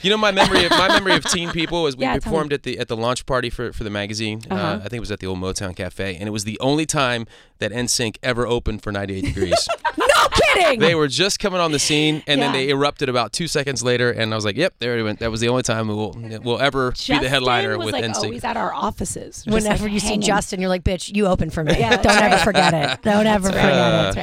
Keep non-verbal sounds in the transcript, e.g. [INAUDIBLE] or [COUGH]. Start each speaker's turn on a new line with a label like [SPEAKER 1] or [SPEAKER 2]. [SPEAKER 1] You know, my memory of my memory of Teen People is we
[SPEAKER 2] Yeah, tell me.
[SPEAKER 1] performed at the at the launch party for for the magazine. uh
[SPEAKER 2] Uh-huh.
[SPEAKER 1] I think it was at the old Motown Cafe, and it was the only time that NSYNC ever opened for 98
[SPEAKER 2] [LAUGHS]
[SPEAKER 1] Degrees.
[SPEAKER 2] no kidding.
[SPEAKER 1] they were just coming on the scene, and then
[SPEAKER 2] Yeah.
[SPEAKER 1] they erupted about two seconds later, and I was like, "Yep, there it went. That was the only time we'll we'll ever be the headliner
[SPEAKER 2] was
[SPEAKER 1] with
[SPEAKER 2] like
[SPEAKER 1] NSYNC."
[SPEAKER 2] always at our offices.
[SPEAKER 3] Whenever you see Justin, you're like, bitch, you open for me. Don't ever forget it. Don't ever forget it.
[SPEAKER 2] right.